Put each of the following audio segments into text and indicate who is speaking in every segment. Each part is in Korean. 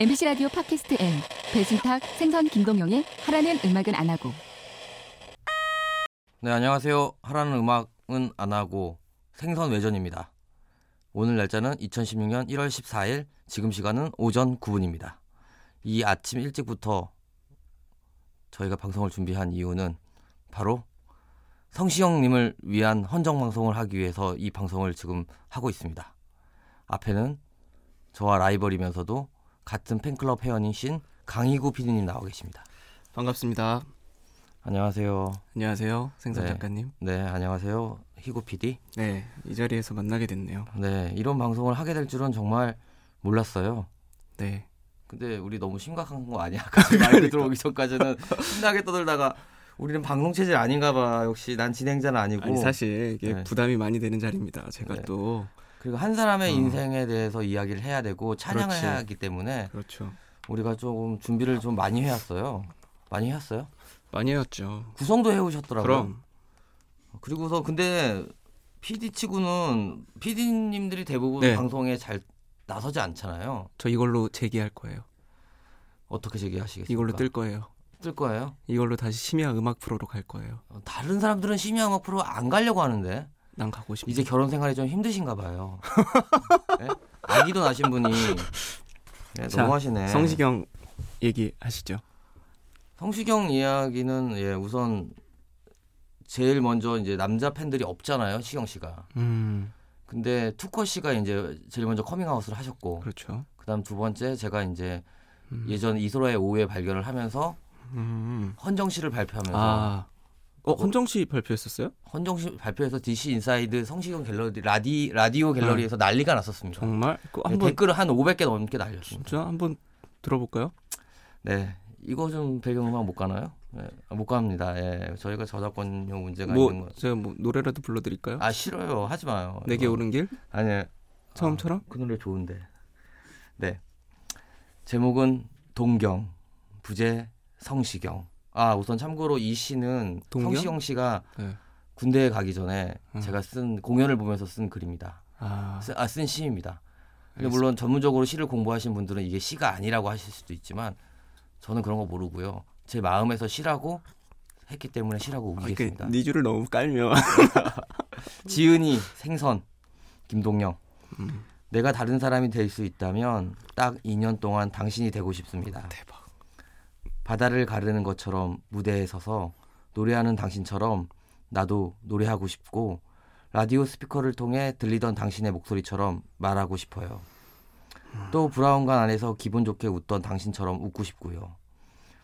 Speaker 1: MBC 라디오 팟캐스트 M 배순탁 생선 김동영의 하라는 음악은 안 하고
Speaker 2: 네, 안녕하세요. 하라는 음악은 안 하고 생선 외전입니다. 오늘 날짜는 2016년 1월 14일, 지금 시간은 오전 9분입니다. 이 아침 일찍부터 저희가 방송을 준비한 이유는 바로 성시영님을 위한 헌정 방송을 하기 위해서 이 방송을 지금 하고 있습니다. 앞에는 저와 라이벌이면서도 같은 팬클럽 회원이신 강희구 PD님 나와 계십니다.
Speaker 3: 반갑습니다.
Speaker 2: 안녕하세요.
Speaker 3: 안녕하세요. 생선
Speaker 2: 네.
Speaker 3: 작가님.
Speaker 2: 네, 안녕하세요. 희구 PD.
Speaker 3: 네, 이 자리에서 만나게 됐네요.
Speaker 2: 네, 이런 방송을 하게 될 줄은 정말 몰랐어요.
Speaker 3: 네.
Speaker 2: 근데 우리 너무 심각한 거 아니야? 같이
Speaker 3: 그러니까.
Speaker 2: 마이크 들어오기 전까지는 신나게 떠들다가 우리는 방송 체질 아닌가 봐. 역시 난 진행자는 아니고.
Speaker 3: 아니 사실 이게
Speaker 2: 네.
Speaker 3: 부담이 많이 되는 자리입니다. 제가
Speaker 2: 네.
Speaker 3: 또
Speaker 2: 그리고 한 사람의
Speaker 3: 어.
Speaker 2: 인생에 대해서 이야기를 해야 되고 찬양을
Speaker 3: 그렇지.
Speaker 2: 해야 하기 때문에
Speaker 3: 그렇죠.
Speaker 2: 우리가 조금 준비를 좀 많이 해왔어요. 많이 해왔어요?
Speaker 3: 많이 해왔죠.
Speaker 2: 구성도 해오셨더라고요.
Speaker 3: 그럼
Speaker 2: 그리고서 근데 PD 치고는 PD님들이 대부분
Speaker 3: 네.
Speaker 2: 방송에 잘 나서지 않잖아요.
Speaker 3: 저 이걸로 재기할 거예요. 그러니까.
Speaker 2: 어떻게 제기하시겠습니까?
Speaker 3: 네, 이걸로 뜰 거예요.
Speaker 2: 뜰 거예요?
Speaker 3: 이걸로 다시 심야 음악 프로로 갈 거예요.
Speaker 2: 어, 다른 사람들은 심야 음악 프로 안 가려고 하는데
Speaker 3: 난 가고 싶어.
Speaker 2: 이제 결혼 생활이 좀 힘드신가 봐요. 예? 아기도 나신 분이 예,
Speaker 3: 자,
Speaker 2: 너무하시네.
Speaker 3: 성시경 얘기하시죠.
Speaker 2: 성시경 이야기는 예, 우선 제일 먼저 이제 남자 팬들이 없잖아요, 시경 씨가.
Speaker 3: 음,
Speaker 2: 근데 투커 씨가 이제 제일 먼저 커밍아웃을 하셨고
Speaker 3: 그렇죠.
Speaker 2: 그다음 두 번째 제가 이제
Speaker 3: 음.
Speaker 2: 예전 이소라의 오후에 발견을 하면서
Speaker 3: 음.
Speaker 2: 헌정 씨를 발표하면서
Speaker 3: 아, 어 혼정 씨 발표했었어요?
Speaker 2: 헌정 씨 발표해서 DC 인사이드 성시경 갤러리 라디 라디오 갤러리에서 난리가 났었습니다.
Speaker 3: 정말? 그
Speaker 2: 네,
Speaker 3: 한번
Speaker 2: 댓글을 한 500개 넘게 달렸습니다.
Speaker 3: 진짜 한번 들어볼까요? 음.
Speaker 2: 네, 이거 좀 배경음악 못 가나요? 네, 못 갑니다. 예, 저희가 저작권용 문제가 있는
Speaker 3: 뭐
Speaker 2: 거.
Speaker 3: 제가 뭐 노래라도 불러드릴까요?
Speaker 2: 아 싫어요, 하지 마요.
Speaker 3: 내게 네 오른 길
Speaker 2: 아니,
Speaker 3: 처음처럼?
Speaker 2: 그 노래 좋은데. 네, 제목은 동경 부재 성시경. 아 우선 참고로 이 시는
Speaker 3: 동경?
Speaker 2: 성시경 씨가
Speaker 3: 네.
Speaker 2: 군대에 가기 전에
Speaker 3: 음.
Speaker 2: 제가 쓴 공연을 보면서 쓴 글입니다.
Speaker 3: 아,
Speaker 2: 쓰- 아, 쓴 시입니다. 근데 물론 전문적으로 시를 공부하신 분들은 이게 시가 아니라고 하실 수도 있지만 저는 그런 거 모르고요. 제 마음에서 시라고 했기 때문에 시라고
Speaker 3: 아,
Speaker 2: 우기겠습니다.
Speaker 3: 니 줄을 너무 깔면
Speaker 2: 지은이, 생선, 김동영.
Speaker 3: 음.
Speaker 2: 내가 다른 사람이 될 수 있다면 딱 2년 동안 당신이 되고 싶습니다.
Speaker 3: 아, 대박.
Speaker 2: 바다를 가르는 것처럼 무대에 서서 노래하는 당신처럼 나도 노래하고 싶고 라디오 스피커를 통해 들리던 당신의 목소리처럼 말하고 싶어요. 또 브라운관 안에서 기분 좋게 웃던 당신처럼 웃고 싶고요.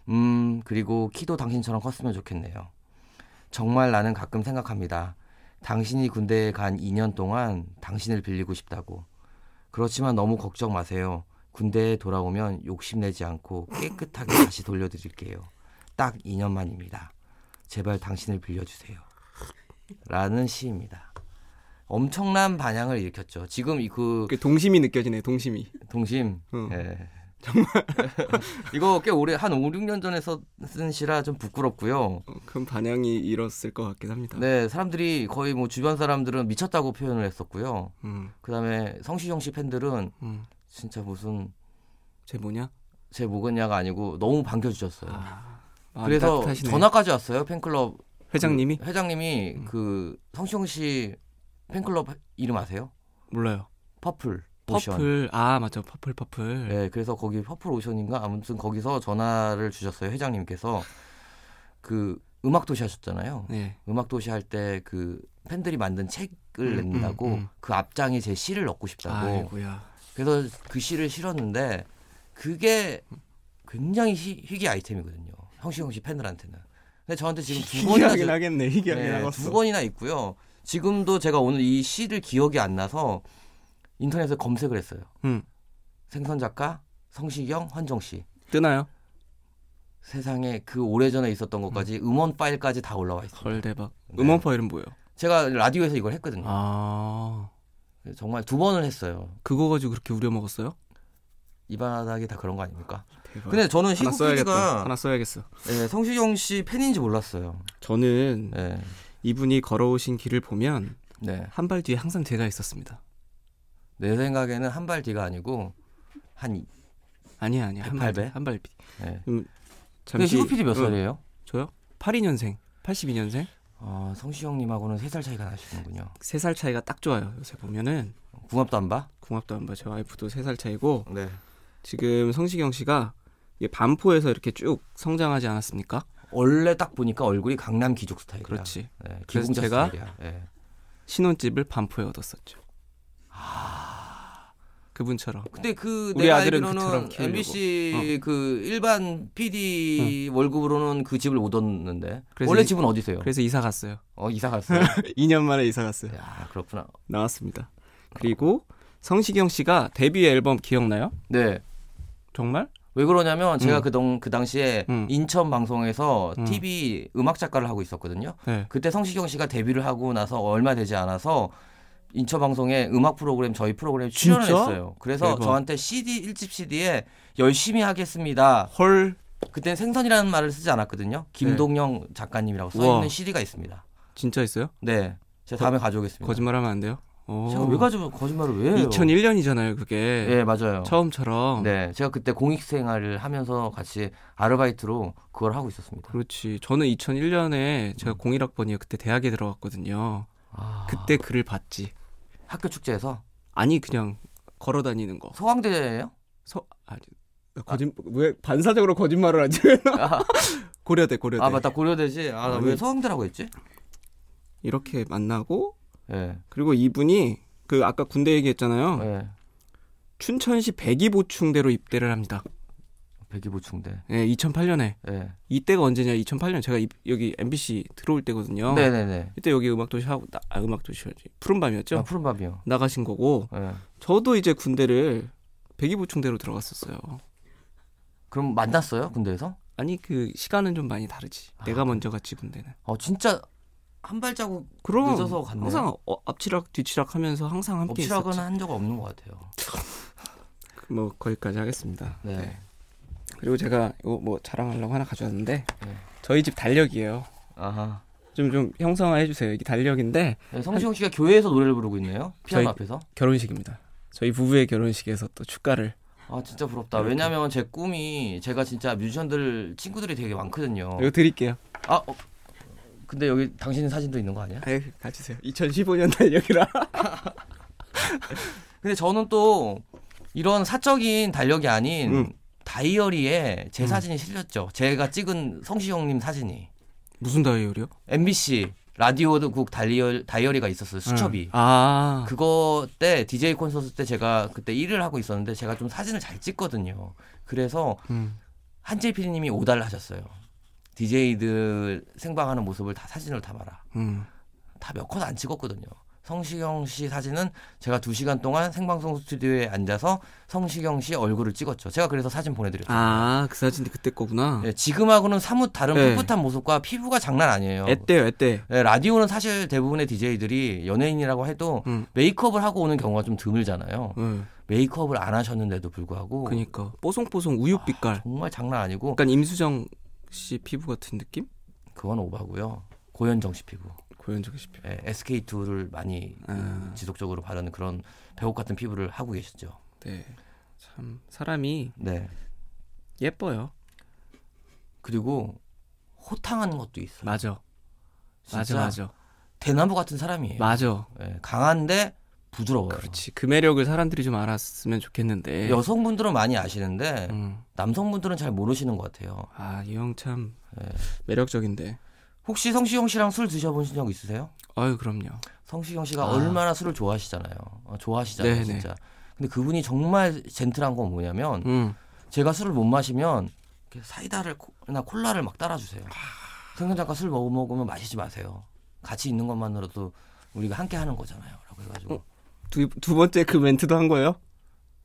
Speaker 2: 음, 그리고 키도 당신처럼 컸으면 좋겠네요. 정말 나는 가끔 생각합니다. 당신이 군대에 간 2년 동안 당신을 빌리고 싶다고. 그렇지만 너무 걱정 마세요. 군대에 돌아오면 욕심내지 않고 깨끗하게 다시 돌려드릴게요. 딱 2년만입니다. 제발 당신을 빌려주세요. 라는 시입니다. 엄청난 반향을 일으켰죠. 지금 이 그
Speaker 3: 그 동심이 느껴지네. 동심이.
Speaker 2: 동심.
Speaker 3: 응.
Speaker 2: 예. 정말 이거 꽤 오래 한 5, 6년 전에 써- 쓴 시라 좀 부끄럽고요.
Speaker 3: 어, 큰 반향이 일었을 것 같긴 합니다.
Speaker 2: 네, 사람들이 거의 뭐 주변 사람들은 미쳤다고 표현을 했었고요.
Speaker 3: 음,
Speaker 2: 그다음에 성시경 씨 팬들은
Speaker 3: 음.
Speaker 2: 진짜 무슨
Speaker 3: 제 뭐냐?
Speaker 2: 제 목은야가 아니고 너무 반겨주셨어요.
Speaker 3: 아,
Speaker 2: 그래서
Speaker 3: 따뜻하시네.
Speaker 2: 전화까지 왔어요 팬클럽
Speaker 3: 회장님이
Speaker 2: 그 회장님이
Speaker 3: 음.
Speaker 2: 그 성시경 씨 팬클럽 이름 아세요?
Speaker 3: 몰라요.
Speaker 2: 퍼플 오션.
Speaker 3: 퍼플. 아, 맞죠. 퍼플 퍼플.
Speaker 2: 네, 그래서 거기 퍼플 오션인가 아무튼 거기서 전화를 주셨어요 회장님께서 그 음악 도시 하셨잖아요.
Speaker 3: 네.
Speaker 2: 음악 도시 할 때 그 팬들이 만든 책을
Speaker 3: 음,
Speaker 2: 낸다고
Speaker 3: 음, 음.
Speaker 2: 그 앞장에 제 시를 넣고 싶다고.
Speaker 3: 아이고야.
Speaker 2: 그래서 그 시를 실었는데 그게 굉장히 희, 희귀 아이템이거든요. 형시형 씨 팬들한테는. 근데 저한테 지금 두 번이나
Speaker 3: 희귀하긴 하겠네. 희귀하긴
Speaker 2: 네,
Speaker 3: 하겠어.
Speaker 2: 두 번이나 있고요. 지금도 제가 오늘 이 시를 기억이 안 나서 인터넷에 검색을 했어요.
Speaker 3: 음.
Speaker 2: 생선 작가 성시경 헌정 씨
Speaker 3: 뜨나요?
Speaker 2: 세상에 그 오래전에 있었던 것까지 음원 파일까지 다 올라와 있어요.
Speaker 3: 헐 대박.
Speaker 2: 네.
Speaker 3: 음원 파일은 뭐예요?
Speaker 2: 제가 라디오에서 이걸
Speaker 3: 음.
Speaker 2: 했거든요.
Speaker 3: 아.
Speaker 2: 그래서 정말 두 번을 했어요.
Speaker 3: 그거 가지고 그렇게 우려 먹었어요?
Speaker 2: 이 바닥이 다 그런 거 아닙니까?
Speaker 3: 대박.
Speaker 2: 근데 저는
Speaker 3: 하나
Speaker 2: 희국
Speaker 3: 써야겠다.
Speaker 2: PD가 예,
Speaker 3: 하나 써야겠어.
Speaker 2: 성시경 씨 팬인지 몰랐어요.
Speaker 3: 저는
Speaker 2: 네.
Speaker 3: 이분이 걸어오신 길을 보면
Speaker 2: 네.
Speaker 3: 한 발 뒤에 항상 제가 있었습니다.
Speaker 2: 내 생각에는 한 발 뒤가 아니고 한
Speaker 3: 아니야 아니야 한
Speaker 2: 108배?
Speaker 3: 발, 한 발비. 네,
Speaker 2: 네. 근데
Speaker 3: 잠시
Speaker 2: 시구 PD 몇
Speaker 3: 응,
Speaker 2: 살이에요?
Speaker 3: 저요? 82년생, 82년생.
Speaker 2: 어, 성시 형님하고는 3살 차이가 나시는군요.
Speaker 3: 세 살 차이가 딱 좋아요. 요새 보면은
Speaker 2: 궁합도 안 봐?
Speaker 3: 궁합도 안 봐. 저 와이프도 세 살 차이고
Speaker 2: 네.
Speaker 3: 지금 성시경 씨가 이게 반포에서 이렇게 쭉 성장하지 않았습니까?
Speaker 2: 원래 딱 보니까 얼굴이 강남 기족 스타일이야.
Speaker 3: 그렇지.
Speaker 2: 네,
Speaker 3: 그래서
Speaker 2: 기공자
Speaker 3: 제가-
Speaker 2: 스타일이야. 네.
Speaker 3: 신혼집을 반포에 얻었었죠. 아. 그분처럼.
Speaker 2: 근데 그
Speaker 3: 우리
Speaker 2: 내가
Speaker 3: 아들은
Speaker 2: 알기로는
Speaker 3: 그처럼 키우려고.
Speaker 2: MBC 그 일반 PD 월급으로는 그 집을 못 얻는데
Speaker 3: 그래서
Speaker 2: 원래
Speaker 3: 이-
Speaker 2: 집은 어디세요?
Speaker 3: 그래서 이사 갔어요.
Speaker 2: 어 이사 갔어요.
Speaker 3: 2년 만에 이사 갔어요.
Speaker 2: 야 그렇구나.
Speaker 3: 나왔습니다. 그리고 성시경 씨가 데뷔 앨범 기억나요?
Speaker 2: 네.
Speaker 3: 정말?
Speaker 2: 왜 그러냐면 제가
Speaker 3: 음.
Speaker 2: 그, 동, 그 당시에
Speaker 3: 음.
Speaker 2: 인천 방송에서
Speaker 3: 음.
Speaker 2: TV 음악 작가를 하고 있었거든요.
Speaker 3: 네.
Speaker 2: 그때 성시경 씨가 데뷔를 하고 나서 얼마 되지 않아서 인천 방송의 음악 프로그램 저희 프로그램 출연을
Speaker 3: 진짜?
Speaker 2: 했어요. 그래서
Speaker 3: 대박.
Speaker 2: 저한테 CD 일집 CD에 열심히 하겠습니다.
Speaker 3: 헐 네.
Speaker 2: 그때 생선이라는 말을 쓰지 않았거든요. 김동영 작가님이라고 써
Speaker 3: 우와.
Speaker 2: 있는 CD가 있습니다.
Speaker 3: 진짜 있어요?
Speaker 2: 네. 제가 다음에 가져오겠습니다.
Speaker 3: 거짓말하면 안 돼요? 오.
Speaker 2: 제가 왜 가져 거짓말을 왜 해요?
Speaker 3: 2001년이잖아요, 그게.
Speaker 2: 예, 맞아요.
Speaker 3: 처음처럼.
Speaker 2: 네, 제가 그때 공익 생활을 하면서 같이 아르바이트로 그걸 하고 있었습니다.
Speaker 3: 그렇지. 저는 2001년에 제가 01학번이에요. 그때 대학에 들어갔거든요.
Speaker 2: 아,
Speaker 3: 그때 글을 봤지.
Speaker 2: 학교 축제에서
Speaker 3: 아니 그냥 걸어 다니는 거.
Speaker 2: 소강대예요?
Speaker 3: 서 아니 나 거짓 왜 반사적으로 거짓말을 하지? 고려대 고려대.
Speaker 2: 아 맞다 고려대지. 아 나 왜
Speaker 3: 아니.
Speaker 2: 소강대라고 했지?
Speaker 3: 이렇게 만나고
Speaker 2: 예.
Speaker 3: 그리고 이분이 그 아까 군대 얘기했잖아요.
Speaker 2: 예.
Speaker 3: 춘천시 백이보충대로 입대를 합니다.
Speaker 2: 백이보충대.
Speaker 3: 예, 2008년에.
Speaker 2: 예.
Speaker 3: 이때가 언제냐? 2008년 제가 입- 여기 MBC 들어올 때거든요.
Speaker 2: 네네네.
Speaker 3: 이때 여기 음악도시 하고 나, 아, 음악도시 푸른 밤이었죠.
Speaker 2: 아, 푸른밤이요.
Speaker 3: 나가신 거고
Speaker 2: 예.
Speaker 3: 저도 이제 군대를 백이보충대로 들어갔었어요.
Speaker 2: 그럼 만났어요 군대에서?
Speaker 3: 아니 그 시간은 좀 많이 다르지.
Speaker 2: 아.
Speaker 3: 내가 먼저 갔지 군대는.
Speaker 2: 어 진짜 한 발자국
Speaker 3: 그럼
Speaker 2: 늦어서 갔네.
Speaker 3: 항상 어, 앞치락 뒤치락 하면서 항상 함께
Speaker 2: 업치락은
Speaker 3: 있었지.
Speaker 2: 한 적은 없는 것 같아요.
Speaker 3: 뭐 거기까지 하겠습니다.
Speaker 2: 네.
Speaker 3: 그리고 제가 이거 뭐 자랑하려고 하나 가져왔는데
Speaker 2: 네.
Speaker 3: 저희 집 달력이에요.
Speaker 2: 아하.
Speaker 3: 좀 좀 형성화해 주세요. 이게 달력인데
Speaker 2: 네, 성시경 씨가 교회에서 노래를 부르고 있네요. 피아노
Speaker 3: 저희-
Speaker 2: 앞에서.
Speaker 3: 결혼식입니다. 저희 부부의 결혼식에서 또 축가를
Speaker 2: 아 진짜 부럽다.
Speaker 3: 이렇게.
Speaker 2: 왜냐면 제 꿈이 제가 진짜 뮤지션들 친구들이 되게 많거든요.
Speaker 3: 이거 드릴게요.
Speaker 2: 아 어, 근데 여기 당신 사진도 있는 거 아니야?
Speaker 3: 아유, 가지세요. 2015년 달력이라.
Speaker 2: 근데 저는 또 이런 사적인 달력이 아닌
Speaker 3: 음.
Speaker 2: 다이어리에 제
Speaker 3: 음.
Speaker 2: 사진이 실렸죠. 제가 찍은 성시경님 사진이
Speaker 3: 무슨 다이어리요?
Speaker 2: MBC 라디오국 다이어, 다이어리가 있었어요. 수첩이.
Speaker 3: 아.
Speaker 2: 그거 때 DJ 콘서트 때 제가 그때 일을 하고 있었는데 제가 좀 사진을 잘 찍거든요. 그래서
Speaker 3: 음.
Speaker 2: 한재 PD님이 오달 하셨어요. DJ들 생방하는 모습을 다 사진을 담아라.
Speaker 3: 음.
Speaker 2: 다 몇 컷 안 찍었거든요. 성시경 씨 사진은 제가 두 시간 동안 생방송 스튜디오에 앉아서 성시경 씨 얼굴을 찍었죠. 제가 그래서 사진 보내드렸어요.
Speaker 3: 아, 그 사진이 그때 거구나.
Speaker 2: 예, 지금하고는 사뭇 다른
Speaker 3: 네.
Speaker 2: 풋풋한 모습과 피부가 장난 아니에요.
Speaker 3: 애때요, 애때.
Speaker 2: 예, 라디오는 사실 대부분의 DJ들이 연예인이라고 해도
Speaker 3: 음.
Speaker 2: 메이크업을 하고 오는 경우가 좀 드물잖아요.
Speaker 3: 응.
Speaker 2: 메이크업을 안 하셨는데도 불구하고
Speaker 3: 그니까 뽀송뽀송 우유 빛깔.
Speaker 2: 정말 장난 아니고
Speaker 3: 약간 임수정 씨 피부 같은 느낌?
Speaker 2: 그건 오바고요. 고현정 씨 피부.
Speaker 3: 고현정 씨 피부.
Speaker 2: 예, SK2를 많이 그
Speaker 3: 아.
Speaker 2: 지속적으로 바르는 그런 배옥 같은 피부를 하고 계시죠.
Speaker 3: 네. 참 사람이
Speaker 2: 네.
Speaker 3: 예뻐요.
Speaker 2: 그리고 호탕한 것도 있어요.
Speaker 3: 맞아. 맞아
Speaker 2: 진짜
Speaker 3: 맞아.
Speaker 2: 대나무 같은 사람이에요.
Speaker 3: 맞아.
Speaker 2: 예, 강한데 부드러워요. 예,
Speaker 3: 그렇지. 그 매력을 사람들이 좀 알았으면 좋겠는데.
Speaker 2: 여성분들은 많이 아시는데
Speaker 3: 음.
Speaker 2: 남성분들은 잘 모르시는 것 같아요.
Speaker 3: 아, 이 형 참
Speaker 2: 예.
Speaker 3: 매력적인데.
Speaker 2: 혹시 성시경 씨랑 술 드셔보신 적 있으세요?
Speaker 3: 아유, 그럼요.
Speaker 2: 성시경 씨가
Speaker 3: 아.
Speaker 2: 얼마나 술을 좋아하시잖아요. 어, 좋아하시잖아요,
Speaker 3: 네네.
Speaker 2: 진짜. 근데 그분이 정말 젠틀한 건 뭐냐면
Speaker 3: 음.
Speaker 2: 제가 술을 못 마시면 이렇게 사이다를 코- 나 콜라를 막 따라주세요.
Speaker 3: 아.
Speaker 2: 생선작가 술 먹어 먹으면 마시지 마세요. 같이 있는 것만으로도 우리가 함께 하는 거잖아요. 라고 해가지고
Speaker 3: 어. 두, 두 번째 그 멘트도 한 거예요?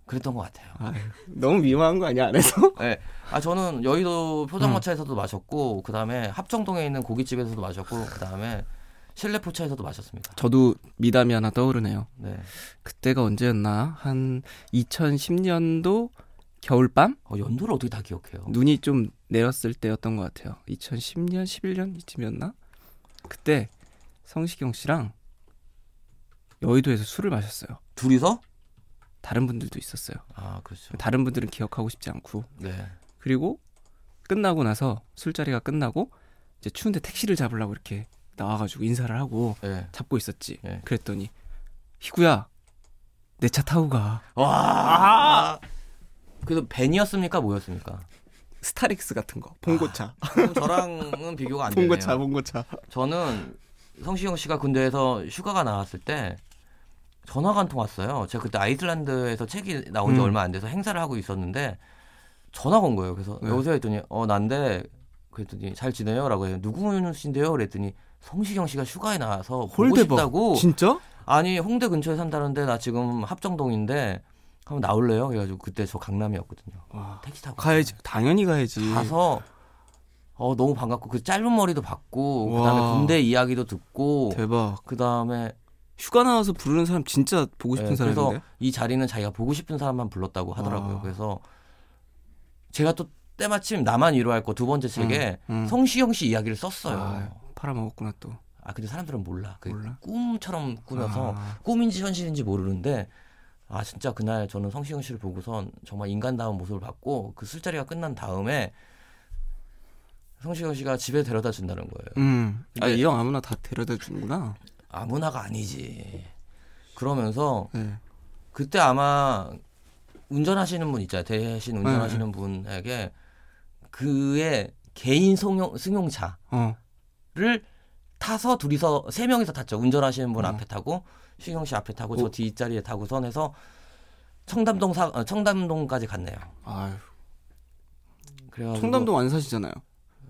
Speaker 2: 그랬던 것 같아요.
Speaker 3: 아유, 너무 미화한 거 아니야, 안에서?
Speaker 2: 네. 아 저는 여의도 표정마차에서도 마셨고 그 다음에 합정동에 있는 고깃집에서도 마셨고 그 다음에 실내포차에서도 마셨습니다.
Speaker 3: 저도 미담이 하나 떠오르네요.
Speaker 2: 네.
Speaker 3: 그때가 언제였나? 한 2010년도 겨울밤?
Speaker 2: 어, 연도를 어떻게 다 기억해요?
Speaker 3: 눈이 좀 내렸을 때였던 것 같아요. 2010년, 11년 이쯤이었나? 그때 성시경 씨랑 여의도에서 술을 마셨어요.
Speaker 2: 둘이서?
Speaker 3: 다른 분들도 있었어요.
Speaker 2: 아 그렇죠.
Speaker 3: 다른 분들은 기억하고 싶지 않고
Speaker 2: 네.
Speaker 3: 그리고 끝나고 나서 술자리가 끝나고 이제 추운데 택시를 잡으려고 이렇게 나와가지고 인사를 하고
Speaker 2: 네.
Speaker 3: 잡고 있었지.
Speaker 2: 예.
Speaker 3: 그랬더니 희구야 내 차 타고 가.
Speaker 2: 와. 그래도 벤이었습니까 뭐였습니까?
Speaker 3: 스타렉스 같은 거 봉고차
Speaker 2: 그럼 저랑은 비교가 안 되네요.
Speaker 3: 봉고차 봉고차
Speaker 2: 저는 성시경 씨가 군대에서 휴가가 나왔을 때 전화가 한 통 왔어요. 제가 그때 아이슬란드에서 책이 나온 지
Speaker 3: 음.
Speaker 2: 얼마 안 돼서 행사를 하고 있었는데 전화가 온 거예요. 그래서
Speaker 3: 네.
Speaker 2: 여보세요 했더니 어 난데 그랬더니 잘 지내요라고 해요. 누구신데요? 그랬더니 성시경 씨가 휴가에 나와서 보고
Speaker 3: 홀대박.
Speaker 2: 싶다고
Speaker 3: 진짜?
Speaker 2: 아니 홍대 근처에 산다는데 나 지금 합정동인데 한번 나올래요? 그래가지고 그때 저 강남이었거든요.
Speaker 3: 와
Speaker 2: 택시 타고
Speaker 3: 가야지 당연히 가야지.
Speaker 2: 가서 어 너무 반갑고 그 짧은 머리도 받고
Speaker 3: 와.
Speaker 2: 그다음에 군대 이야기도 듣고
Speaker 3: 대박.
Speaker 2: 그다음에
Speaker 3: 휴가 나와서 부르는 사람 진짜 보고 싶은
Speaker 2: 예, 그래서
Speaker 3: 사람인데.
Speaker 2: 이 자리는 자기가 보고 싶은 사람만 불렀다고 하더라고요.
Speaker 3: 와.
Speaker 2: 그래서 제가 또 때마침 나만 위로할 거 두 번째 책에
Speaker 3: 음.
Speaker 2: 성시경 씨 이야기를 썼어요.
Speaker 3: 아,
Speaker 2: 아,
Speaker 3: 팔아먹었구나 또.
Speaker 2: 근데 사람들은 몰라. 그
Speaker 3: 몰라?
Speaker 2: 꿈처럼 꾸면서
Speaker 3: 아,
Speaker 2: 꿈인지 현실인지 모르는데 아 진짜 그날 저는 성시경 씨를 보고선 정말 인간다운 모습을 봤고 그 술자리가 끝난 다음에 성시경 씨가 집에 데려다 준다는 거예요.
Speaker 3: 음. 아,
Speaker 2: 근데-
Speaker 3: 이형 아무나 다 데려다 주는구나.
Speaker 2: 아무나가 아니지. 그러면서
Speaker 3: 네.
Speaker 2: 그때 아마 운전하시는 분 있잖아요. 대신 운전하시는 분에게 그의 개인 승용, 승용차를
Speaker 3: 어.
Speaker 2: 타서 둘이서 세 명이서 탔죠. 운전하시는 분
Speaker 3: 어.
Speaker 2: 앞에 타고 신경 씨 앞에 타고
Speaker 3: 오.
Speaker 2: 저 뒷자리에 타고 선해서 청담동 사 어, 청담동까지 갔네요.
Speaker 3: 아유.
Speaker 2: 그래가지고
Speaker 3: 아, 청담동 안 사시잖아요.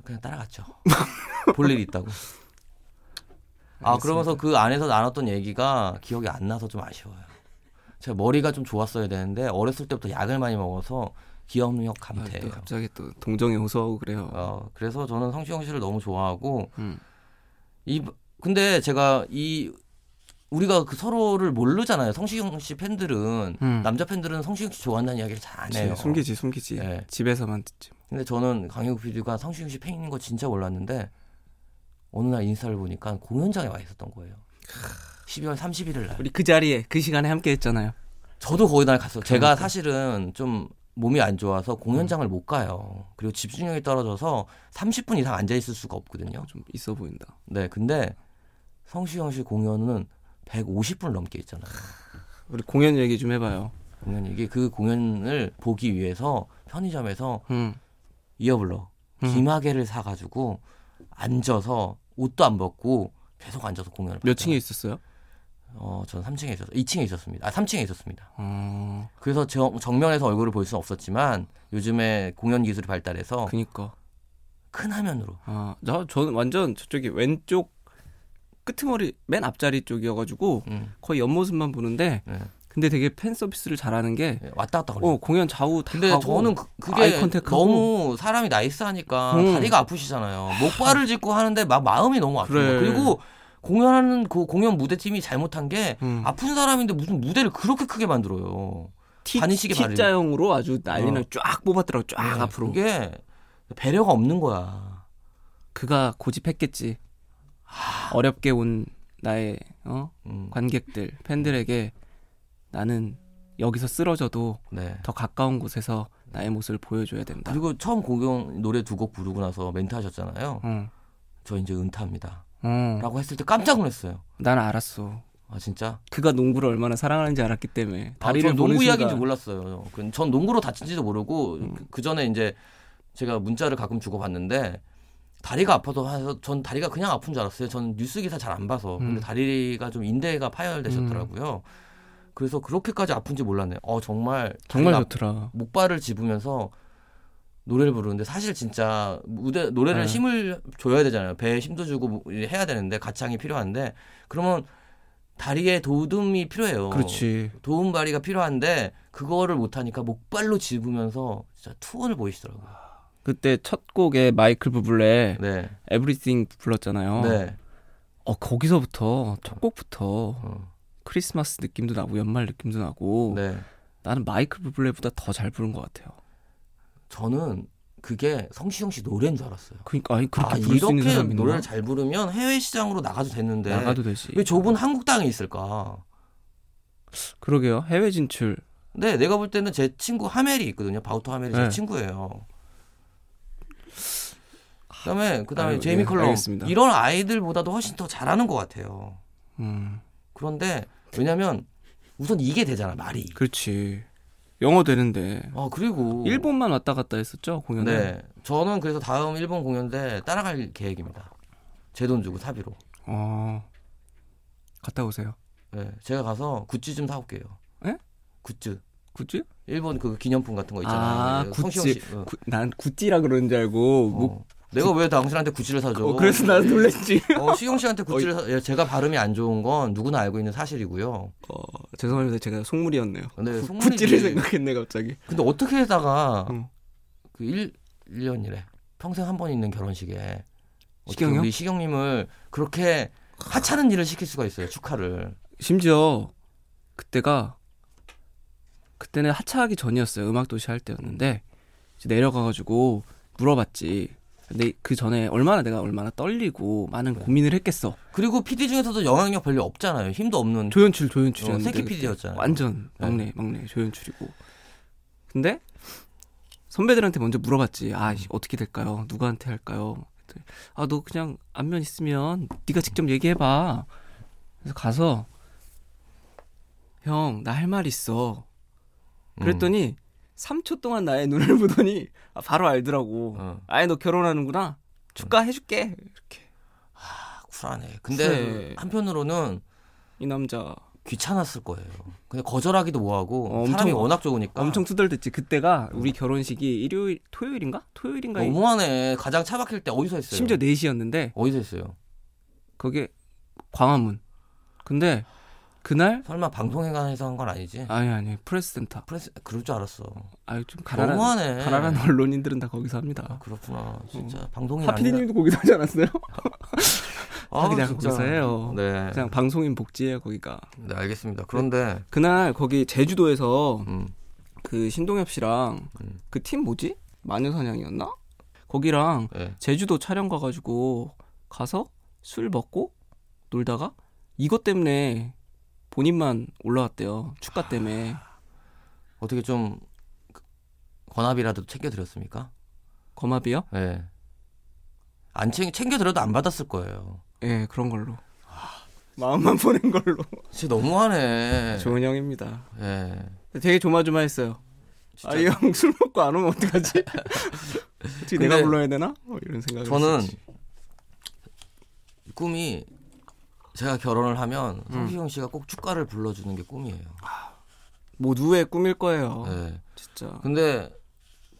Speaker 2: 그냥 따라갔죠. 볼 일이 있다고. 아 그러면서 그 안에서 나눴던 얘기가 기억이 안 나서 좀 아쉬워요. 제가 머리가 좀 좋았어야 되는데 어렸을 때부터 약을 많이 먹어서 기억력
Speaker 3: 아, 또
Speaker 2: 감퇴예요.
Speaker 3: 갑자기 또 동정에 호소하고 그래요.
Speaker 2: 어, 그래서 저는 성시경 씨를 너무 좋아하고
Speaker 3: 음.
Speaker 2: 이 근데 제가 이 우리가 그 서로를 모르잖아요. 성시경 씨 팬들은
Speaker 3: 음.
Speaker 2: 남자 팬들은 성시경 씨 좋아한다는 이야기를 잘 안 해요.
Speaker 3: 그치, 숨기지 숨기지.
Speaker 2: 네.
Speaker 3: 집에서만 듣지. 뭐.
Speaker 2: 근데 저는 강희국 PD가 성시경 씨 팬인 거 진짜 몰랐는데 어느 날 인스타를 보니까 공연장에 와 있었던 거예요. 12월 31일 날.
Speaker 3: 우리 그 자리에 그 시간에 함께 했잖아요.
Speaker 2: 저도 거기 날 갔어요. 제가
Speaker 3: 그러니까.
Speaker 2: 사실은 좀 몸이 안 좋아서 공연장을
Speaker 3: 음.
Speaker 2: 못 가요. 그리고 집중력이 떨어져서 30분 이상 앉아 있을 수가 없거든요.
Speaker 3: 좀 있어 보인다.
Speaker 2: 네, 근데 성시경 씨 공연은 150분 넘게 있잖아요.
Speaker 3: 우리 공연 얘기 좀 해봐요.
Speaker 2: 공연 이게 그 공연을 보기 위해서 편의점에서
Speaker 3: 음.
Speaker 2: 이어블러
Speaker 3: 음.
Speaker 2: 기마개를 사가지고 앉아서 옷도 안 벗고 계속 앉아서 공연을 봤어요.
Speaker 3: 몇 층에 있었어요?
Speaker 2: 어, 저는 3층에 있었어요. 2층에 있었습니다. 아, 3층에 있었습니다.
Speaker 3: 어.
Speaker 2: 그래서 저- 정면에서 얼굴을 볼 수는 없었지만 요즘에 공연 기술이 발달해서
Speaker 3: 그니까.
Speaker 2: 큰 화면으로
Speaker 3: 아, 나 저는 완전 저쪽이 왼쪽 끄트머리 맨 앞자리 쪽이어가지고
Speaker 2: 음,
Speaker 3: 거의 옆모습만 보는데
Speaker 2: 네.
Speaker 3: 근데 되게 팬 서비스를 잘하는 게
Speaker 2: 예, 왔다 갔다 걸려요.
Speaker 3: 어, 공연 좌우 다
Speaker 2: 근데
Speaker 3: 가고
Speaker 2: 저는 그,
Speaker 3: 아이
Speaker 2: 그게
Speaker 3: 컨택하고.
Speaker 2: 너무 사람이 나이스하니까
Speaker 3: 음.
Speaker 2: 다리가 아프시잖아요. 목발을 짚고 하는데 막 마음이 너무 아프고
Speaker 3: 그래.
Speaker 2: 그리고 공연하는 그 공연 무대팀이 잘못한 게
Speaker 3: 음.
Speaker 2: 아픈 사람인데 무슨 무대를 그렇게 크게 만들어요.
Speaker 3: T,
Speaker 2: 바느시계 바르는-
Speaker 3: T자형으로 아주 난리나
Speaker 2: 어.
Speaker 3: 쫙 뽑았더라고 쫙
Speaker 2: 네,
Speaker 3: 아, 앞으로
Speaker 2: 그게 배려가 없는 거야.
Speaker 3: 그가 고집했겠지 어렵게 온 나의 어?
Speaker 2: 음,
Speaker 3: 관객들 팬들에게 나는 여기서 쓰러져도
Speaker 2: 네.
Speaker 3: 더 가까운 곳에서 나의 모습을 보여줘야 된다
Speaker 2: 그리고 처음 공연 노래 두 곡 부르고 나서 멘트 하셨잖아요.
Speaker 3: 어.
Speaker 2: 저 이제 은퇴합니다.
Speaker 3: 어.
Speaker 2: 라고 했을 때 깜짝 놀랐어요.
Speaker 3: 난 알았어
Speaker 2: 아 진짜?
Speaker 3: 그가 농구를 얼마나 사랑하는지 알았기 때문에 다리를
Speaker 2: 아, 전
Speaker 3: 보는
Speaker 2: 농구
Speaker 3: 순간
Speaker 2: 이야기인 줄 몰랐어요. 그- 전 농구로 다친지도 모르고
Speaker 3: 음.
Speaker 2: 그 전에 이제 제가 문자를 가끔 주고 받는데 다리가 아파서 해서 전 다리가 그냥 아픈 줄 알았어요. 전 뉴스 기사 잘 안 봐서
Speaker 3: 음.
Speaker 2: 근데 다리가 좀 인대가 파열되셨더라고요. 그래서 그렇게까지 아픈지 몰랐네요. 어 정말
Speaker 3: 정말
Speaker 2: 다리가
Speaker 3: 좋더라
Speaker 2: 목발을 집으면서 노래를 부르는데 사실 진짜 무대 노래를
Speaker 3: 네.
Speaker 2: 힘을 줘야 되잖아요. 배에 힘도 주고 뭐 해야 되는데 가창이 필요한데 그러면 다리에 도움이 필요해요.
Speaker 3: 그렇지
Speaker 2: 도움바리가 필요한데 그거를 못 하니까 목발로 집으면서 진짜 투혼을 보이시더라고요.
Speaker 3: 그때 첫 곡에 마이클 부블레
Speaker 2: 네.
Speaker 3: 에브리띵 불렀잖아요
Speaker 2: 네.
Speaker 3: 어 거기서부터 첫 곡부터
Speaker 2: 어,
Speaker 3: 크리스마스 느낌도 나고 연말 느낌도 나고
Speaker 2: 네.
Speaker 3: 나는 마이클 부블레보다 더 잘 부른 것 같아요.
Speaker 2: 저는 그게 성시경 씨 노래인 줄 알았어요.
Speaker 3: 그러니까 아니 그렇게
Speaker 2: 아,
Speaker 3: 부를 수 있는
Speaker 2: 이렇게
Speaker 3: 사람이
Speaker 2: 노래를 잘 네. 그 부르면 해외 시장으로 나가도 됐는데
Speaker 3: 나가도 되지.
Speaker 2: 왜 좁은 한국 땅에 있을까?
Speaker 3: 그러게요. 해외 진출
Speaker 2: 네, 내가 볼 때는 제 친구 하멜이 있거든요. 바우터 하멜이
Speaker 3: 네.
Speaker 2: 제 친구예요. 그다음에 그다음에
Speaker 3: 아유,
Speaker 2: 제이미
Speaker 3: 예,
Speaker 2: 컬럼
Speaker 3: 알겠습니다.
Speaker 2: 이런 아이들보다도 훨씬 더 잘하는 것 같아요.
Speaker 3: 음,
Speaker 2: 그런데 왜냐면 우선 이게 되잖아 말이.
Speaker 3: 그렇지. 영어 되는데
Speaker 2: 어 그리고
Speaker 3: 일본만 왔다 갔다 했었죠 공연을.
Speaker 2: 네, 저는 그래서 다음 일본 공연 때 따라갈 계획입니다. 제 돈 주고 사비로.
Speaker 3: 어, 갔다 오세요.
Speaker 2: 네, 제가 가서 굿즈 좀 사올게요.
Speaker 3: 예?
Speaker 2: 굿즈.
Speaker 3: 굿즈?
Speaker 2: 일본 그 기념품 같은 거 있잖아요.
Speaker 3: 아,
Speaker 2: 그
Speaker 3: 굿즈.
Speaker 2: 성시경 씨. 어.
Speaker 3: 구, 난 굿즈라 그러는 줄 알고 뭐,
Speaker 2: 어. 내가 왜 당신한테 굿즈를 사줘?
Speaker 3: 어, 그래서 난 놀랬지.
Speaker 2: 어, 시경 씨한테 굿즈를 사... 예, 제가 발음이 안 좋은 건 누구나 알고 있는 사실이고요.
Speaker 3: 어, 죄송합니다. 제가 속물이었네요.
Speaker 2: 네,
Speaker 3: 구-
Speaker 2: 속물이지.
Speaker 3: 굿즈를 생각했네 갑자기.
Speaker 2: 근데 어떻게 하다가
Speaker 3: 응.
Speaker 2: 그 1, 일년이래 평생 한 번 있는 결혼식에 어떻게
Speaker 3: 시경이요?
Speaker 2: 우리 시경님을 그렇게 하찮은 일을 시킬 수가 있어요. 축하를.
Speaker 3: 심지어 그때가 그때는 하차하기 전이었어요. 음악도시 할 때였는데 이제 내려가가지고 물어봤지. 근데 그 전에 얼마나 내가 얼마나 떨리고 많은 고민을 했겠어.
Speaker 2: 그리고 PD 중에서도 영향력 별로 없잖아요. 힘도 없는
Speaker 3: 조연출 조연출이었는데
Speaker 2: 새끼 PD였잖아요.
Speaker 3: 완전
Speaker 2: 네.
Speaker 3: 막내 막내 조연출이고. 근데 선배들한테 먼저 물어봤지. 아
Speaker 2: 음.
Speaker 3: 이씨, 어떻게 될까요? 누구한테 할까요? 아 너 그냥 안면 있으면 네가 직접 얘기해봐. 그래서 가서 형 나 할 말 있어.
Speaker 2: 음.
Speaker 3: 그랬더니 3초 동안 나의 눈을 보더니 아, 바로 알더라고.
Speaker 2: 음. 어, 음.
Speaker 3: 아예 너 결혼하는구나. 축하해줄게. 이렇게
Speaker 2: 아, 쿨하네. 근데
Speaker 3: 그래.
Speaker 2: 한편으로는
Speaker 3: 이 남자
Speaker 2: 귀찮았을 거예요. 근데 거절하기도 뭐하고
Speaker 3: 어, 엄청-
Speaker 2: 사람이 워낙 좋으니까
Speaker 3: 엄청 투덜댔지. 그때가
Speaker 2: 음.
Speaker 3: 우리 결혼식이 일요일 토요일인가? 토요일인가?
Speaker 2: 어, 너무하네. 그러니까 가장 차박힐 때 어디서 했어요?
Speaker 3: 심지어 4시였는데
Speaker 2: 어디서 했어요?
Speaker 3: 그게 광화문. 근데 그날
Speaker 2: 설마 방송회관에서 한 건 아니지?
Speaker 3: 아니 아니 프레스센터.
Speaker 2: 프레스 그럴 줄 알았어.
Speaker 3: 아유 좀 가난한
Speaker 2: 너무하네.
Speaker 3: 가난한 언론인들은 다 거기서
Speaker 2: 아,
Speaker 3: 합니다.
Speaker 2: 그렇구나. 진짜 방송인 아니라.
Speaker 3: 하피디님도 거기서 하지 않았어요?
Speaker 2: 네. 아,
Speaker 3: 그냥
Speaker 2: 진짜.
Speaker 3: 거기서 해요.
Speaker 2: 네.
Speaker 3: 그냥 네. 방송인 복지예요 거기가.
Speaker 2: 네, 알겠습니다. 그런데
Speaker 3: 그날 거기 제주도에서
Speaker 2: 음,
Speaker 3: 그 신동엽 씨랑
Speaker 2: 음.
Speaker 3: 그 팀 뭐지? 마녀사냥이었나? 거기랑
Speaker 2: 네.
Speaker 3: 제주도 촬영 가가지고 가서 술 먹고 놀다가 이것 때문에 본인만 올라왔대요. 축가 때문에.
Speaker 2: 어떻게 좀그 권합이라도 챙겨 드렸습니까?
Speaker 3: 거마비요?
Speaker 2: 네. 안 챙, 챙겨 드려도 안 받았을 거예요.
Speaker 3: 예, 그런 걸로. 마음만 보낸 걸로.
Speaker 2: 진짜 너무하네.
Speaker 3: 좋은 형입니다.
Speaker 2: 예.
Speaker 3: 되게 조마조마했어요.
Speaker 2: 진짜
Speaker 3: 아, 이 형 술 먹고 안 오면 어떡하지? 어떻게 내가
Speaker 2: 근데
Speaker 3: 불러야 되나? 뭐 이런 생각을
Speaker 2: 저는
Speaker 3: 했었지.
Speaker 2: 꿈이 제가 결혼을 하면
Speaker 3: 음.
Speaker 2: 성시경 씨가 꼭 축가를 불러주는 게 꿈이에요.
Speaker 3: 모두의 꿈일 거예요.
Speaker 2: 네.
Speaker 3: 진짜.
Speaker 2: 근데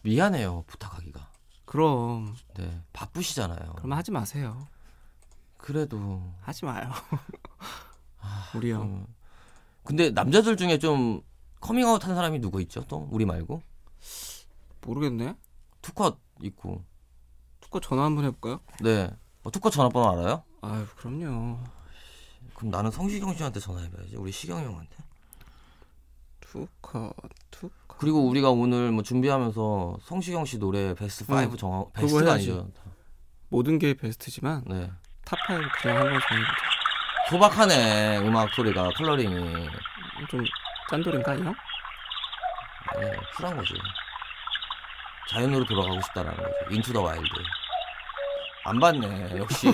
Speaker 2: 미안해요 부탁하기가.
Speaker 3: 그럼
Speaker 2: 네. 바쁘시잖아요.
Speaker 3: 그럼 하지 마세요.
Speaker 2: 그래도
Speaker 3: 하지 마요. 우리 형.
Speaker 2: 음. 근데 남자들 중에 좀 커밍아웃 한 사람이 누구 있죠? 또 우리 말고
Speaker 3: 모르겠네.
Speaker 2: 투컷 있고.
Speaker 3: 투코 전화 한번 해볼까요?
Speaker 2: 네. 어, 투컷 전화번호 알아요?
Speaker 3: 아유 그럼요.
Speaker 2: 그럼 나는 성시경 씨한테 전화해봐야지. 우리 시경 형한테.
Speaker 3: 투카 투카.
Speaker 2: 그리고 우리가 오늘 뭐 준비하면서 성시경 씨 노래 베스트
Speaker 3: 응.
Speaker 2: 5 정하 베스트가
Speaker 3: 해야지.
Speaker 2: 아니죠.
Speaker 3: 모든 게 베스트지만
Speaker 2: 네.
Speaker 3: 탑5 그냥 한번 정해보자.
Speaker 2: 소박하네 음악 소리가 컬러링이
Speaker 3: 좀 짠돌인가 이 형?
Speaker 2: 네, 쿨한 거지 자연으로 돌아가고 싶다라는 거지 인투 더 와일드 안 봤네 역시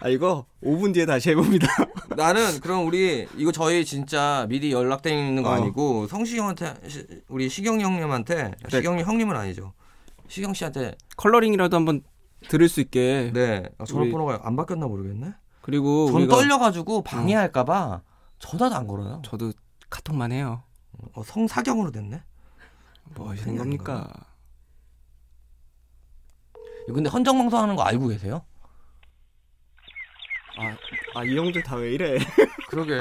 Speaker 3: 아 이거 5분 뒤에 다시 해봅니다.
Speaker 2: 나는 그럼 우리 이거 저희 진짜 미리 연락돼 있는 거
Speaker 3: 어.
Speaker 2: 아니고 성시 형한테 시- 우리 시경 형님한테
Speaker 3: 그래.
Speaker 2: 시경 형님은 아니죠 시경 씨한테
Speaker 3: 컬러링이라도 한번 들을 수 있게.
Speaker 2: 네 아,
Speaker 3: 우리-
Speaker 2: 전화번호가 안 바뀌었나 모르겠네
Speaker 3: 그리고
Speaker 2: 전
Speaker 3: 우리가
Speaker 2: 떨려가지고 어. 방해할까봐 전화도 안 걸어요
Speaker 3: 저도 카톡만 해요.
Speaker 2: 어, 성사경으로 됐네 어,
Speaker 3: 뭐 하시는 겁니까?
Speaker 2: 근데 헌정방송 하는 거 알고 계세요?
Speaker 3: 아 이 형들 다 왜 이래?
Speaker 2: 그러게.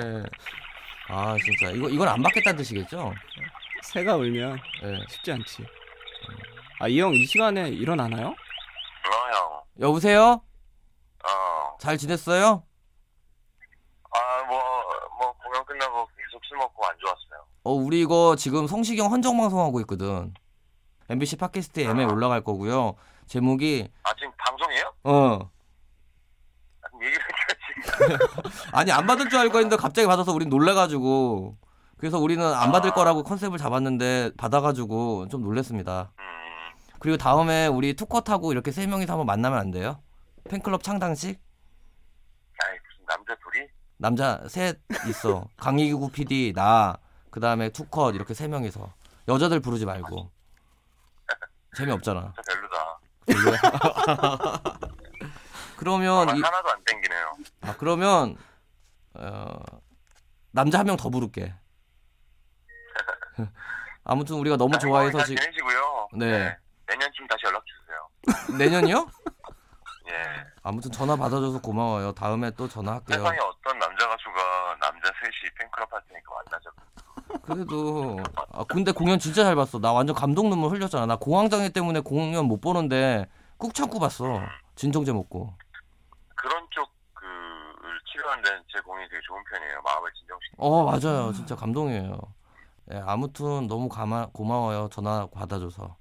Speaker 2: 아 진짜 이거 이건 안 받겠다는 뜻이겠죠?
Speaker 3: 새가 울면
Speaker 2: 예.
Speaker 3: 쉽지 않지. 아 이 형 이 시간에 일어나나요?
Speaker 4: 너 형,
Speaker 2: 여보세요?
Speaker 4: 어,
Speaker 2: 잘 지냈어요?
Speaker 4: 아, 뭐, 뭐, 공연 끝나고 계속 술 먹고 안 좋았어요.
Speaker 2: 어 우리 이거 지금 성시경 헌정 방송하고 있거든. MBC 팟캐스트 M에 올라갈 거고요. 제목이
Speaker 4: 아, 지금 방송이에요?
Speaker 2: 어
Speaker 4: 얘기를 해야지.
Speaker 2: 아니 안 받을 줄 알고 했는데 갑자기 받아서 우린 놀래가지고 그래서 우리는 안 받을 거라고 컨셉을 잡았는데 받아가지고 좀 놀랬습니다.
Speaker 4: 음,
Speaker 2: 그리고 다음에 우리 투컷하고 이렇게 세 명이서 한번 만나면 안 돼요? 팬클럽 창당식
Speaker 4: 아이 무슨 남자 둘이?
Speaker 2: 남자 셋 있어 강희구 PD 나그 다음에 투컷 이렇게 세 명이서 여자들 부르지 말고 재미 없잖아.
Speaker 4: 진짜 별로다.
Speaker 2: 어, 그러면
Speaker 4: 아,
Speaker 2: 이,
Speaker 4: 하나도 안 땡기네요.
Speaker 2: 아, 그러면 어, 남자 한 명 더 부를게. 아무튼 우리가 너무 좋아해서
Speaker 4: 다시
Speaker 2: 지금
Speaker 4: 지내시고요.
Speaker 2: 네.
Speaker 4: 내년쯤 다시 연락 주세요.
Speaker 2: 내년이요?
Speaker 4: 예.
Speaker 2: 아무튼 전화 받아줘서 고마워요. 다음에 또 전화할게요.
Speaker 4: 세상에 어떤 남자 가수가 남자 셋이 팬클럽 할 테니까 만나자.
Speaker 2: 그래도 아, 근데 공연 진짜 잘 봤어. 나 완전 감동 눈물 흘렸잖아. 나 공황장애 때문에 공연 못 보는데 꾹 참고 봤어. 진정제 먹고.
Speaker 4: 그런 쪽그를 치료하는 데는 제 공이 되게 좋은 편이에요. 마음을 진정시키.
Speaker 2: 어 맞아요. 진짜 감동이에요. 예, 아무튼 너무 가마, 고마워요. 전화 받아줘서.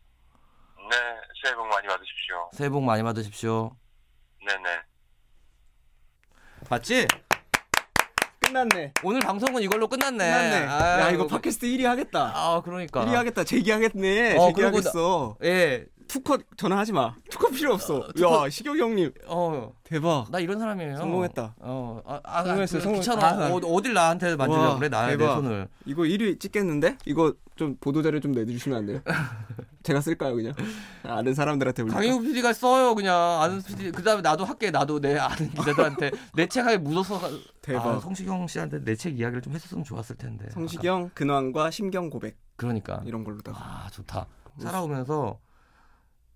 Speaker 4: 네, 새해 복 많이 받으십시오.
Speaker 2: 새해 복 많이 받으십시오.
Speaker 4: 네네.
Speaker 2: 봤지?
Speaker 3: 끝났네.
Speaker 2: 오늘 방송은 이걸로 끝났네.
Speaker 3: 끝났네.
Speaker 2: 아유,
Speaker 3: 야 이거 팟캐스트 1위 하겠다.
Speaker 2: 아 그러니까.
Speaker 3: 1위 하겠다. 제기하겠네.
Speaker 2: 어,
Speaker 3: 제기하겠어.
Speaker 2: 예.
Speaker 3: 투컷 전화하지 마. 투컷 필요 없어. 야 시경이 형님
Speaker 2: 어.
Speaker 3: 대박.
Speaker 2: 나 이런 사람이에요.
Speaker 3: 성공했다.
Speaker 2: 어. 아, 아
Speaker 3: 성공했어요,
Speaker 2: 그
Speaker 3: 성공.
Speaker 2: 귀찮아.
Speaker 3: 아,
Speaker 2: 어, 어딜 나한테 만지려고
Speaker 3: 와,
Speaker 2: 그래? 나내
Speaker 3: 대박.
Speaker 2: 손을.
Speaker 3: 이거 1위 찍겠는데? 이거 좀 보도 자료 좀 내주시면 안 돼요? 제가 쓸까요 그냥? 아는 사람들한테 올릴까?
Speaker 2: 강희우 PD가 써요 그냥 아는 PD. 그다음에 나도 할게. 나도 내 아는 기자들한테 내 책하게 묻어서. 가-
Speaker 3: 대박.
Speaker 2: 아, 성시경 씨한테 내 책 이야기를 좀 했었으면 좋았을 텐데. 아까-
Speaker 3: 성시경 예. 근황과 심경 고백
Speaker 2: 그러니까.
Speaker 3: 이런 걸로다가
Speaker 2: 아 좋다. 살아오면서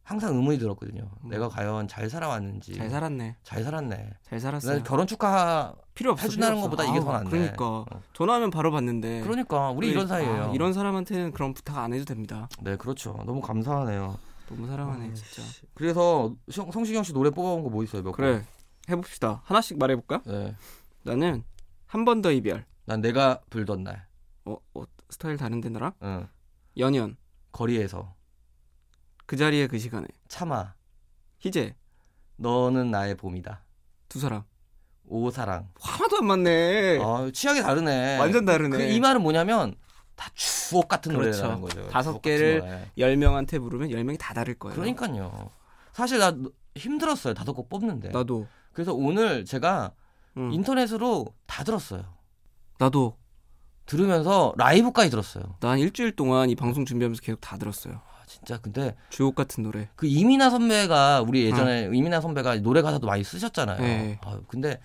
Speaker 2: 항상 의문이 들었거든요.
Speaker 3: 음.
Speaker 2: 내가 과연 잘 살아왔는지.
Speaker 3: 잘 살았네.
Speaker 2: 잘 살았네.
Speaker 3: 잘
Speaker 2: 나
Speaker 3: 살았어요.
Speaker 2: 결혼 축하
Speaker 3: 필요 없어.
Speaker 2: 해준다는
Speaker 3: 필요 없어.
Speaker 2: 것보다 이게
Speaker 3: 아우,
Speaker 2: 더 낫네.
Speaker 3: 그러니까
Speaker 2: 어.
Speaker 3: 전화하면 바로 받는데.
Speaker 2: 그러니까 우리
Speaker 3: 그래,
Speaker 2: 이런 사이예요.
Speaker 3: 아, 이런 사람한테는 그런 부탁 안 해도 됩니다.
Speaker 2: 네 그렇죠. 너무 감사하네요.
Speaker 3: 너무 사랑하네
Speaker 2: 아,
Speaker 3: 진짜.
Speaker 2: 그래서 성- 성시경 씨 노래 뽑아온 거 뭐 있어요? 몇
Speaker 3: 그래 해봅시다. 하나씩 말해볼까?
Speaker 2: 곡? 네.
Speaker 3: 나는 한 번 더 이별.
Speaker 2: 난 내가 불던 날.
Speaker 3: 어, 어, 스타일 다른데 나랑
Speaker 2: 응.
Speaker 3: 연연
Speaker 2: 거리에서
Speaker 3: 그 자리에 그 시간에
Speaker 2: 참아.
Speaker 3: 희재
Speaker 2: 너는 나의 봄이다.
Speaker 3: 두 사람
Speaker 2: 오사랑.
Speaker 3: 하나도 안 맞네.
Speaker 2: 아 취향이 다르네.
Speaker 3: 완전 다르네.
Speaker 2: 그 이 말은 뭐냐면 다 추억 같은
Speaker 3: 그렇죠.
Speaker 2: 노래라는 거죠.
Speaker 3: 다섯
Speaker 2: 추억 같은
Speaker 3: 개를-
Speaker 2: 노래.
Speaker 3: 열 명한테 물으면 열 명이 다 다를 거예요.
Speaker 2: 그러니까요. 사실 나 힘들었어요. 다섯 곡 뽑는데.
Speaker 3: 나도 음.
Speaker 2: 그래서 오늘 제가
Speaker 3: 응.
Speaker 2: 인터넷으로 다 들었어요.
Speaker 3: 나도
Speaker 2: 들으면서 라이브까지 들었어요.
Speaker 3: 난 일주일 동안 이 방송 준비하면서 계속 다 들었어요.
Speaker 2: 아, 진짜 근데
Speaker 3: 주옥 같은 노래.
Speaker 2: 그 이민아 선배가 우리 예전에 이민아 선배가 노래 가사도 많이 쓰셨잖아요.
Speaker 3: 음. 네.
Speaker 2: 아, 근데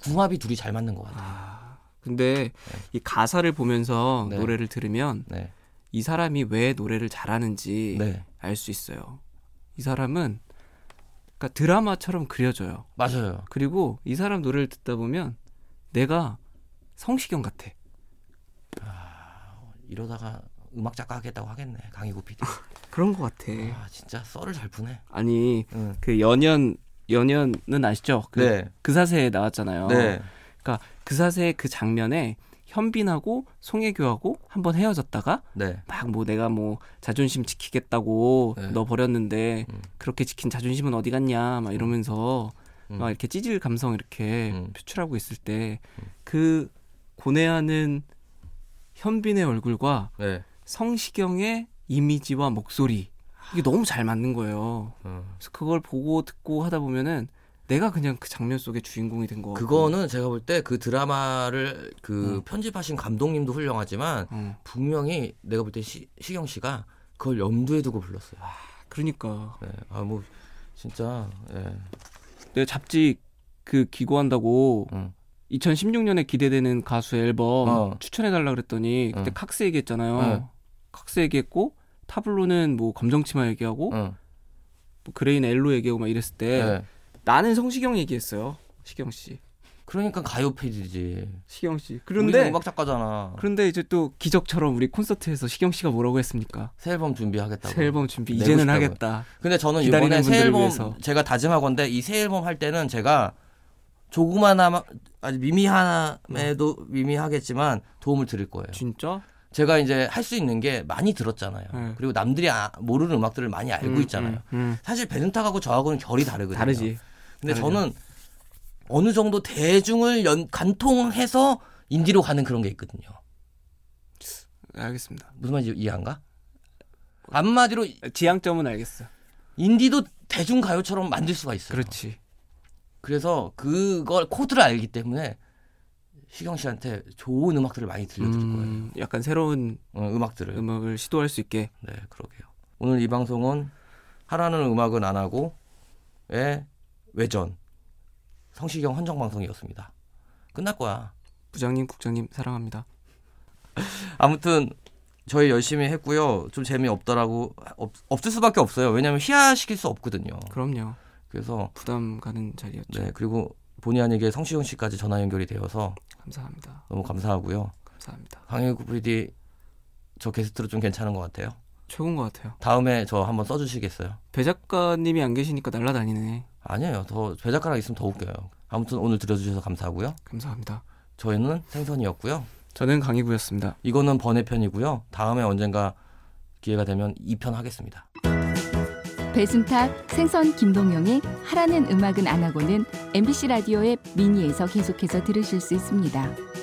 Speaker 2: 궁합이 둘이 잘 맞는 것 같아요.
Speaker 3: 아, 근데 이 가사를 보면서
Speaker 2: 네.
Speaker 3: 노래를 들으면
Speaker 2: 네.
Speaker 3: 이 사람이 왜 노래를 잘하는지
Speaker 2: 네.
Speaker 3: 알 수 있어요. 이 사람은 그러니까 드라마처럼 그려져요.
Speaker 2: 맞아요.
Speaker 3: 그리고 이 사람 노래를 듣다 보면 내가 성시경 같아.
Speaker 2: 아, 이러다가 음악 작가 하겠다고 하겠네. 강희구 PD.
Speaker 3: 그런 것 같아.
Speaker 2: 아, 진짜 썰을 잘 푸네.
Speaker 3: 아니
Speaker 2: 응.
Speaker 3: 그 연연 연연은 아시죠? 그,
Speaker 2: 네.
Speaker 3: 그 사세에 나왔잖아요.
Speaker 2: 네.
Speaker 3: 그러니까 그 사세의 그 장면에 현빈하고 송혜교하고 한번 헤어졌다가
Speaker 2: 네.
Speaker 3: 막 뭐 내가 뭐 자존심 지키겠다고
Speaker 2: 네.
Speaker 3: 너 버렸는데
Speaker 2: 음.
Speaker 3: 그렇게 지킨 자존심은 어디 갔냐 막 이러면서
Speaker 2: 음.
Speaker 3: 막 이렇게 찌질 감성 이렇게
Speaker 2: 음.
Speaker 3: 표출하고 있을 때 그 고뇌하는 현빈의 얼굴과
Speaker 2: 네.
Speaker 3: 성시경의 이미지와 목소리 이게 너무 잘 맞는 거예요.
Speaker 2: 어.
Speaker 3: 그래서 그걸 보고 듣고 하다 보면은 내가 그냥 그 장면 속의 주인공이 된 거.
Speaker 2: 그거는 제가 볼 때 그 드라마를 그
Speaker 3: 어, 음.
Speaker 2: 편집하신 감독님도 훌륭하지만
Speaker 3: 어,
Speaker 2: 분명히 내가 볼 때 시경 씨가 그걸 염두에 두고 불렀어요.
Speaker 3: 아. 그러니까
Speaker 2: 네. 아, 뭐 진짜 예.
Speaker 3: 내가 잡지 그 기고한다고
Speaker 2: 응.
Speaker 3: 2016년에 기대되는 가수 앨범
Speaker 2: 어. 네. 얘기해달라
Speaker 3: 추천해달라 그랬더니 그때
Speaker 2: 응.
Speaker 3: 칵스 얘기했잖아요.
Speaker 2: 응.
Speaker 3: 칵스 얘기했고 타블로는 뭐 검정치마 얘기하고
Speaker 2: 응.
Speaker 3: 뭐 그레인 엘로 얘기하고 막 이랬을 때
Speaker 2: 예.
Speaker 3: 나는 성시경 얘기했어요. 시경 씨,
Speaker 2: 그러니까 가요 페이지지.
Speaker 3: 시경 씨.
Speaker 2: 우리는
Speaker 3: 그런데 어.
Speaker 2: 음악 작가잖아.
Speaker 3: 그런데 이제 또 기적처럼 우리 콘서트에서 시경 씨가 뭐라고 했습니까?
Speaker 2: 새 앨범 준비하겠다고.
Speaker 3: 새 앨범 준비
Speaker 2: 내고
Speaker 3: 이제는
Speaker 2: 싶다고요.
Speaker 3: 하겠다.
Speaker 2: 근데 저는
Speaker 3: 기다리는
Speaker 2: 이번에 새
Speaker 3: 분들을
Speaker 2: 앨범
Speaker 3: 위해서.
Speaker 2: 제가 다짐하건데 이 새 앨범 할 때는 제가 조그마나마 아주 미미함에도 미미하겠지만 도움을 드릴 거예요.
Speaker 3: 진짜?
Speaker 2: 제가 이제 할 수 있는 게 많이 들었잖아요.
Speaker 3: 네.
Speaker 2: 그리고 남들이 아- 모르는 음악들을 많이 알고
Speaker 3: 음,
Speaker 2: 있잖아요. 그러니까.
Speaker 3: 음, 음.
Speaker 2: 사실 배준탁하고 저하고는 결이 다르거든요.
Speaker 3: 다르지.
Speaker 2: 근데
Speaker 3: 다르죠.
Speaker 2: 저는 어느 정도 대중을 연, 관통해서 인디로 가는 그런 게 있거든요.
Speaker 3: 알겠습니다.
Speaker 2: 무슨 말인지 이해한가? 한마디로
Speaker 3: 지향점은 알겠어.
Speaker 2: 인디도 대중 가요처럼 만들 수가 있어요.
Speaker 3: 그렇지.
Speaker 2: 그래서 그걸 코드를 알기 때문에 시경 씨한테 좋은 음악들을 많이 들려드릴 거예요.
Speaker 3: 음, 약간 새로운
Speaker 2: 어, 음악들을.
Speaker 3: 음악을 시도할 수 있게.
Speaker 2: 네, 그러게요. 오늘 이 방송은 하라는 음악은 안 하고 의 외전 성시경 헌정 방송이었습니다. 끝날 거야.
Speaker 3: 부장님, 국장님 사랑합니다.
Speaker 2: 아무튼 저희 열심히 했고요. 좀 재미없더라고 없, 없을 수밖에 없어요. 왜냐면 희화시킬 수 없거든요.
Speaker 3: 그럼요.
Speaker 2: 그래서
Speaker 3: 부담 가는 자리였죠.
Speaker 2: 네, 그리고 본의 아니게 성시경 씨까지 전화 연결이 되어서
Speaker 3: 감사합니다.
Speaker 2: 너무 감사하고요.
Speaker 3: 감사합니다.
Speaker 2: 강혜구 PD 저 게스트로 좀 괜찮은 것 같아요.
Speaker 3: 최고인 것 같아요.
Speaker 2: 다음에 저 한번 써주시겠어요?
Speaker 3: 배 작가님이 안 계시니까 날라다니네.
Speaker 2: 아니에요. 더 배작가랑 있으면 더 웃겨요. 아무튼 오늘 들어주셔서 감사하고요.
Speaker 3: 감사합니다.
Speaker 2: 저희는 생선이었고요.
Speaker 3: 저는 강희구였습니다.
Speaker 2: 이거는 번외편이고요. 다음에 언젠가 기회가 되면 2편 하겠습니다.
Speaker 1: 배순탁, 생선 김동영의 하라는 음악은 안 하고는 MBC 라디오의 미니에서 계속해서 들으실 수 있습니다.